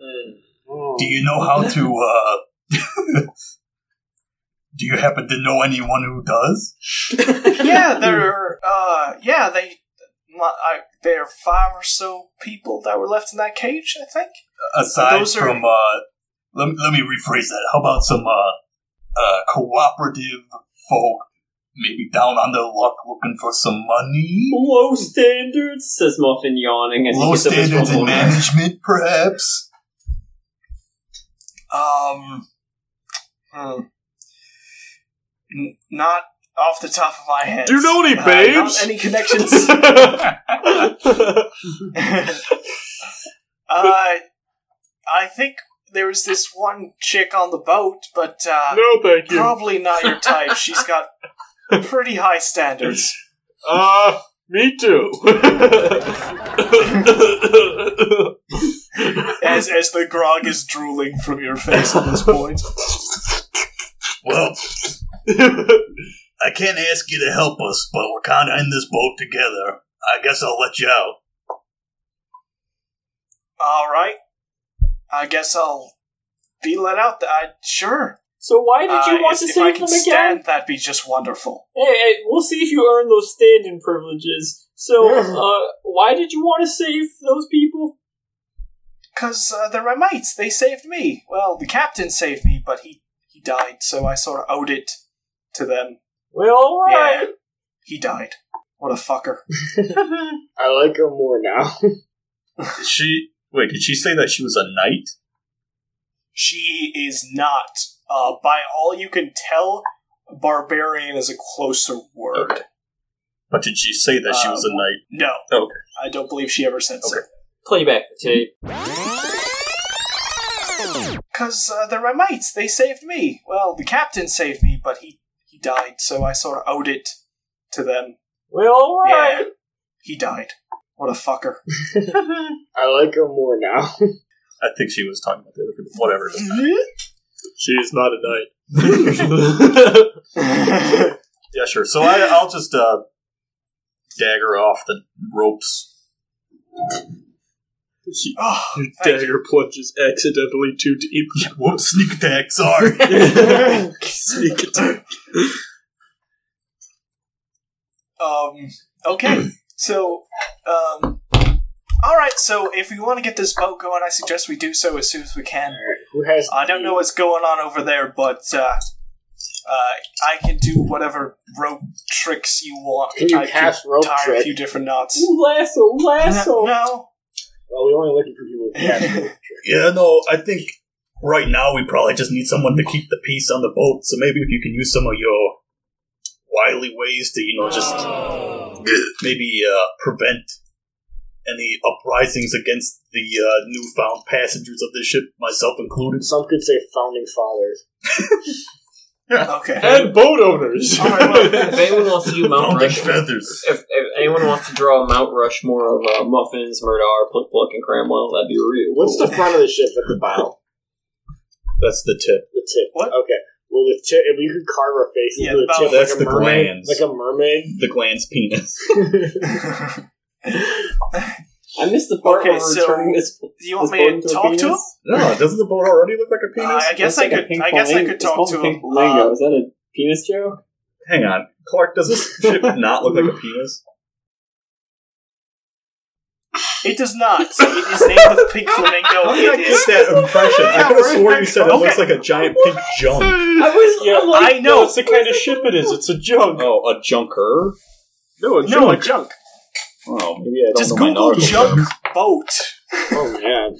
S8: Do you know how to, uh. do you happen to know anyone who does?
S3: yeah, they're uh, yeah, they, my, I, there are five or so people that were left in that cage. I think.
S8: Aside
S3: Those are-
S8: from, uh. Let, let me rephrase that. How about some, uh. uh cooperative folk? Maybe down on their luck looking for some money?
S5: low standards, says Muffin, yawning. As he
S8: Low
S5: gets up his
S8: standards in
S5: rumble.
S8: management, perhaps?
S3: Um, hmm. N- not off the top of my head.
S4: Do you know any
S3: Uh,
S4: babes?
S3: not any connections? uh, I think there was this one chick on the boat, but uh,
S4: no, thank you.
S3: probably not your type. She's got pretty high standards.
S4: Uh, me too.
S3: as as the grog is drooling from your face at this point.
S8: Well, I can't ask you to help us, but we're kind of in this boat together. I guess I'll let you out.
S3: All right, I guess I'll be let out. Th- I sure.
S5: So why did you
S3: Uh,
S5: want
S3: if-
S5: to
S3: if I
S5: save
S3: can
S5: them again?
S3: stand, that'd be just wonderful.
S5: Hey, hey, we'll see if you earn those stand-in privileges. So, uh, why did you want to save those people?
S3: Cause uh, they're my mates. They saved me. Well, the captain saved me, but he he died, so I sort of owed it to them.
S5: Well, alright.
S3: Yeah, he died. What a fucker.
S7: I like her more now.
S6: she wait, did she say that she was a knight?
S3: She is not. Uh, by all you can tell, barbarian is a closer word.
S6: But did she say that she was
S8: Uh,
S6: a knight?
S3: No.
S6: Okay.
S3: I don't believe she ever said so.
S5: Playback the tape.
S3: Because uh, they're my mates. They saved me. Well, the captain saved me, but he, he died, so I sort of owed it to them.
S5: Well, alright.
S3: Yeah. He died. What a fucker.
S7: I like her more now.
S6: I think she was talking about the other people. Whatever.
S4: She's not a knight.
S6: Yeah, sure. So I, I'll just uh, dagger off the ropes.
S4: she,
S3: oh,
S4: your
S3: thank you.
S4: dagger plunges accidentally too deep.
S8: Whoops, sneak attack, sorry.
S4: Sneak attack.
S3: Um, okay, so, um, alright, so if we want to get this boat going, I suggest we do so as soon as we can.
S7: Who has?
S3: I don't know what's going on over there, but uh, uh, I can do whatever rope tricks you want.
S7: Can you
S3: I
S7: cast rope
S3: tie a
S7: trick?
S3: few different knots.
S5: Ooh, lasso, lasso.
S3: No.
S7: Well, we only looking for people who can.
S8: yeah, no, I think right now we probably just need someone to keep the peace on the boat, so maybe if you can use some of your wily ways to, you know, just maybe uh, prevent any uprisings against the uh, newfound passengers of this ship, myself included.
S7: Some could say founding fathers.
S3: okay.
S4: And boat owners.
S5: Alright, well, if anyone wants to do mount
S8: Founding
S5: rescue,
S8: feathers.
S5: if, if anyone wants to draw a Mount Rushmore of uh, muffins, Murdar, Pluck Pluck, and Cramwell, that'd be real.
S7: What's
S5: cool.
S7: the front of the ship at the bow?
S8: That's the tip.
S7: The tip.
S3: What?
S7: Okay. Well, the tip. If we could carve our faces
S3: Yeah, the
S7: into the
S3: bow-
S7: tip,
S8: That's
S7: like a mermaid, like a mermaid.
S8: the glands. The gland's penis.
S5: I missed the part
S3: Okay,
S5: where we're
S3: so-
S5: returning this.
S3: Do you want
S5: This
S3: me to
S5: bone to a
S3: talk to him?
S5: penis?
S8: no, doesn't the boat already look like a
S3: Uh,
S8: penis?
S3: I guess I
S5: It's like a
S3: could.
S5: pink
S3: I guess I
S5: flamingo.
S3: could
S5: It's
S3: talk
S5: called
S3: to
S5: a pink
S3: him.
S5: flamingo.
S3: Uh,
S5: Is that a penis joke?
S8: Hang on, Clark. Does this ship not look like a penis?
S3: it does not. It is named the Pink Flamingo.
S8: How did I
S3: It is.
S8: get that impression? I could have sworn you said it
S3: Okay.
S8: looks like a giant pink junk.
S5: I was.
S4: Yeah,
S5: I'm like,
S3: I know.
S4: That's the kind of ship it is. It's a junk.
S8: Oh, a junker.
S4: No, a
S3: No, a junk.
S8: Oh, maybe I don't
S3: Just
S8: know my
S3: Google
S8: nautical
S3: junk
S8: terms.
S3: boat.
S7: Oh man.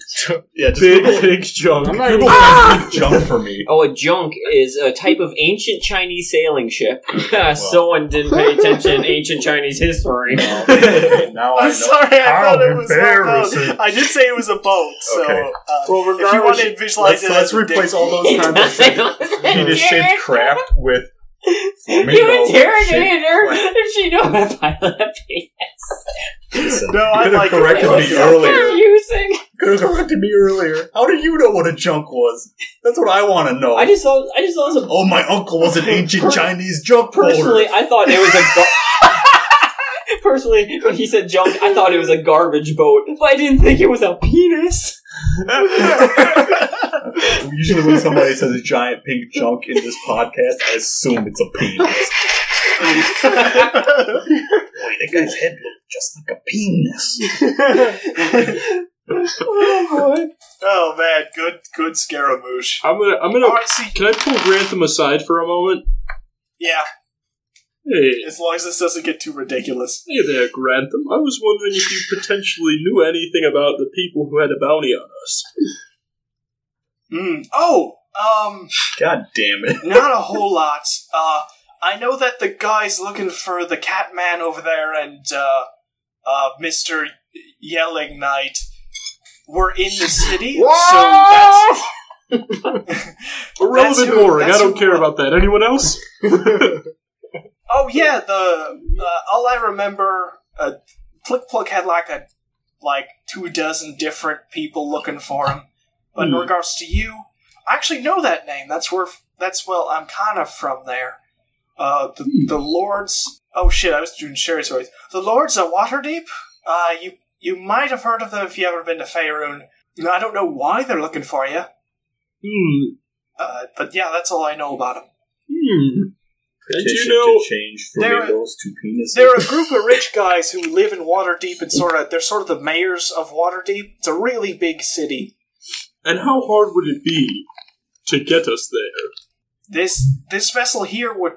S8: Yeah, just
S4: Big,
S8: Google
S4: big junk.
S7: I'm not even.
S8: Google junk for me.
S5: Oh, a junk is a type of ancient Chinese sailing ship. Someone didn't pay attention to ancient Chinese history.
S8: now I
S3: I'm
S8: know.
S3: sorry, I
S12: How
S3: thought it was a
S12: embarrassing.
S3: boat. I did say it was a boat, so
S8: Okay.
S3: uh, if
S7: Well,
S3: you want
S7: regardless,
S3: to visualize
S8: Let's,
S3: it, as
S8: let's
S3: a dick-
S8: replace all those kinds of shit. penis shaped craft with
S5: You
S8: flamingo
S5: interrogated her
S8: shaped
S5: if she knew if I let be.
S8: penis.
S3: No, I
S8: you could
S3: like
S8: have
S3: it.
S8: corrected
S3: It
S8: me
S3: was so
S8: earlier.
S5: Confusing.
S8: Could have corrected me earlier. How did you know what a junk was? That's what I want to know.
S5: I just thought. I just thought it was a.
S12: Oh, my uncle was an ancient Chinese junk
S5: Personally,
S12: boater.
S5: I thought it was a. Gar- personally, when he said junk, I thought it was a garbage boat, but I didn't think it was a penis.
S8: Usually, when somebody says a giant pink junk in this podcast, I assume it's a penis. Boy, that guy's head looked just like a penis.
S5: Oh
S3: Oh man, good, good Scaramouche.
S4: I'm gonna. I'm
S3: All
S4: gonna.
S3: right, see,
S4: Can I pull Grantham aside for a moment?
S3: yeah,
S4: Hey,
S3: as long as this doesn't get too ridiculous.
S4: hey there, Grantham. I was wondering if you potentially knew anything about the people who had a bounty on us.
S3: Mm. Oh, um,
S8: God damn it.
S3: not a whole lot. Uh, I know that the guy's looking for the cat man over there and uh, uh, Mister Yelling Knight. We're in the city, so that's
S4: Irrelevant
S3: who-
S4: boring. I
S3: that's
S4: don't
S3: who-
S4: care about that. Anyone else? Hmm,
S3: Oh yeah, the uh, all I remember, uh, Plick Pluck had like a like two dozen different people looking for him. But in
S4: Hmm.
S3: regards to you, I actually know that name. That's where that's well, I'm kind of from there. Uh, the the Lords. Oh shit, I was doing Sherry stories. The Lords of Waterdeep. Uh, you you might have heard of them if you ever been to Faerun. Now, I don't know why they're looking for you.
S4: Hmm.
S3: Uh, but yeah, that's all I know about them.
S4: Hmm. Did
S8: Petition
S4: you know-
S8: to change
S3: There-
S8: flamingos to penises.
S3: They're a group of rich guys who live in Waterdeep and sort of they're sort of the mayors of Waterdeep. It's a really big city.
S4: And how hard would it be to get us there?
S3: This this vessel here would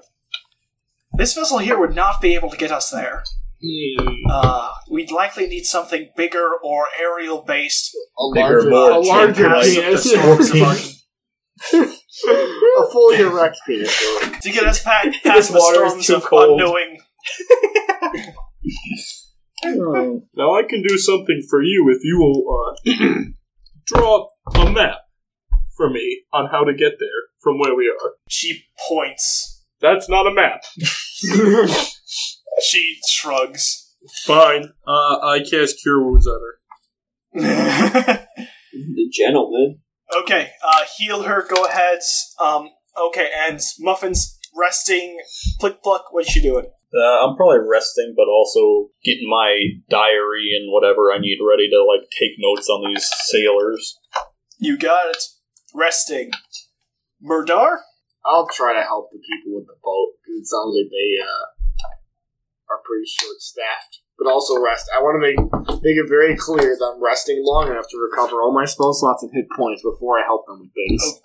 S3: this vessel here would not be able to get us there.
S4: Hmm.
S3: Uh, we'd likely need something bigger or uh, aerial based.
S7: A
S8: Bigger,
S7: larger,
S8: more
S7: a larger
S8: tentacle-like.
S7: penis. a fully erect penis. really.
S3: To get us pa-
S5: This
S3: past the
S5: water is
S3: storms
S5: too
S3: of
S5: cold.
S3: unknowing.
S8: Hmm.
S4: Now I can do something for you if you will uh, draw a map for me on how to get there from where we are.
S3: She points.
S4: That's not a map.
S3: She shrugs.
S4: Fine. Uh, I cast Cure Wounds on her.
S3: okay,
S5: The gentleman.
S3: uh, heal her. Go ahead. Um, okay, and muffins resting. Plick pluck. What's she doing?
S8: Uh, I'm probably resting, but also getting my diary and whatever I need ready to like take notes on these sailors.
S3: You got it. Resting. Murdar?
S7: I'll try to help the people with the boat because it sounds like they uh, are pretty short staffed. But also rest. I want to make make it very clear that I'm resting long enough to recover all my spell slots and hit points before I help them with things.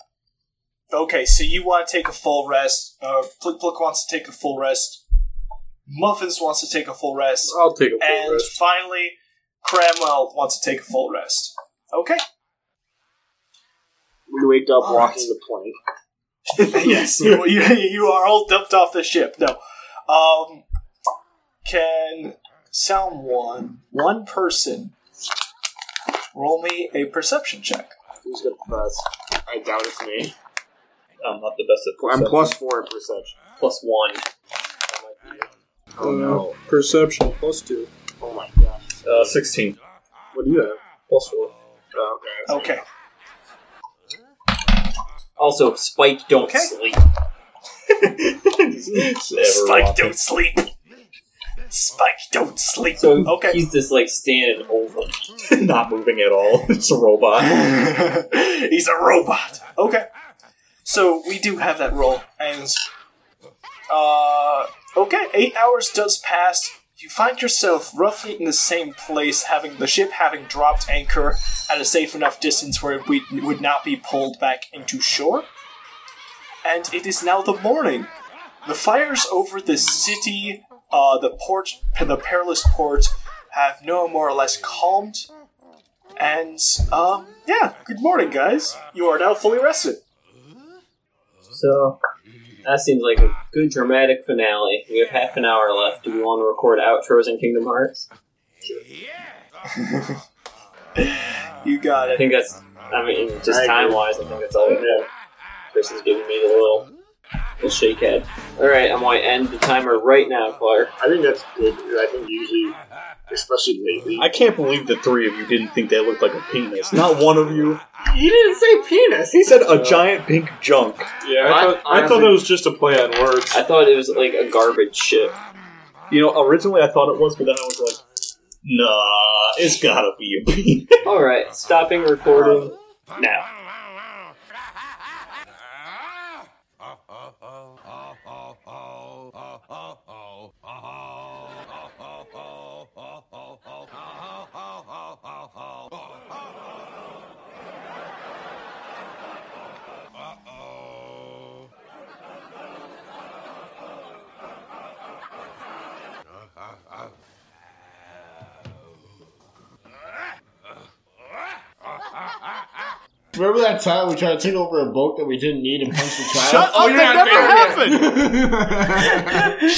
S3: Okay, so you want to take a full rest. Uh, Plick Plick wants to take a full rest. Muffins wants to take a full rest.
S4: I'll take a Oh, full
S3: And
S4: rest.
S3: finally, Cramwell wants to take a full rest. Okay.
S7: We waked up
S3: All
S7: walking the plank.
S3: yes, you, you, you are all dumped off the ship. No. Um, can someone, one person, roll me a perception check?
S7: Who's got the best? I doubt it's me.
S8: I'm not the best at
S7: I'm
S8: perception.
S7: plus four in perception.
S5: Plus one.
S13: Oh no.
S4: Perception plus two.
S13: Oh my god.
S8: Uh, 16.
S4: What do you have? Plus four.
S13: Oh, okay.
S3: Okay.
S5: Also, Spike don't
S3: Okay.
S5: sleep.
S3: Spike, don't sleep. Spike, don't sleep.
S5: So
S3: Okay.
S5: he's just like standing over.
S8: Not moving at all. It's a robot.
S3: He's a robot. Okay. So we do have that roll, and uh, okay, eight hours does pass. You find yourself roughly in the same place, having the ship having dropped anchor at a safe enough distance where we would not be pulled back into shore. And it is now the morning. The fires over the city, uh, the port, the perilous port, have no more or less calmed. And um, yeah, good morning, guys. You are now fully rested.
S5: So that seems like a good dramatic finale. We have half an hour left. Do we want to record outros in Kingdom Hearts?
S3: You got
S5: I
S3: it.
S5: think that's. I mean, just
S13: I agree.
S5: time wise, I think that's all we have. Chris is giving me the little, little shake head. All right, I'm going to end the timer right now, Clark.
S13: I think that's good. I think usually, especially lately.
S8: I can't believe the three of you didn't think that looked like a penis. Not one of you.
S5: You didn't say penis.
S8: He said a giant pink junk.
S4: Yeah,
S5: I-
S4: I, thought, I thought
S5: honestly-
S4: that was just a play on words.
S5: I thought it was like a garbage ship.
S8: You know, originally I thought it was, but then I was like, nah, it's gotta be a penis.
S5: All right, stopping recording now.
S1: Remember that time we tried to take Oh, over a boat that we didn't need and punch the child?
S3: Shut up! That never happened.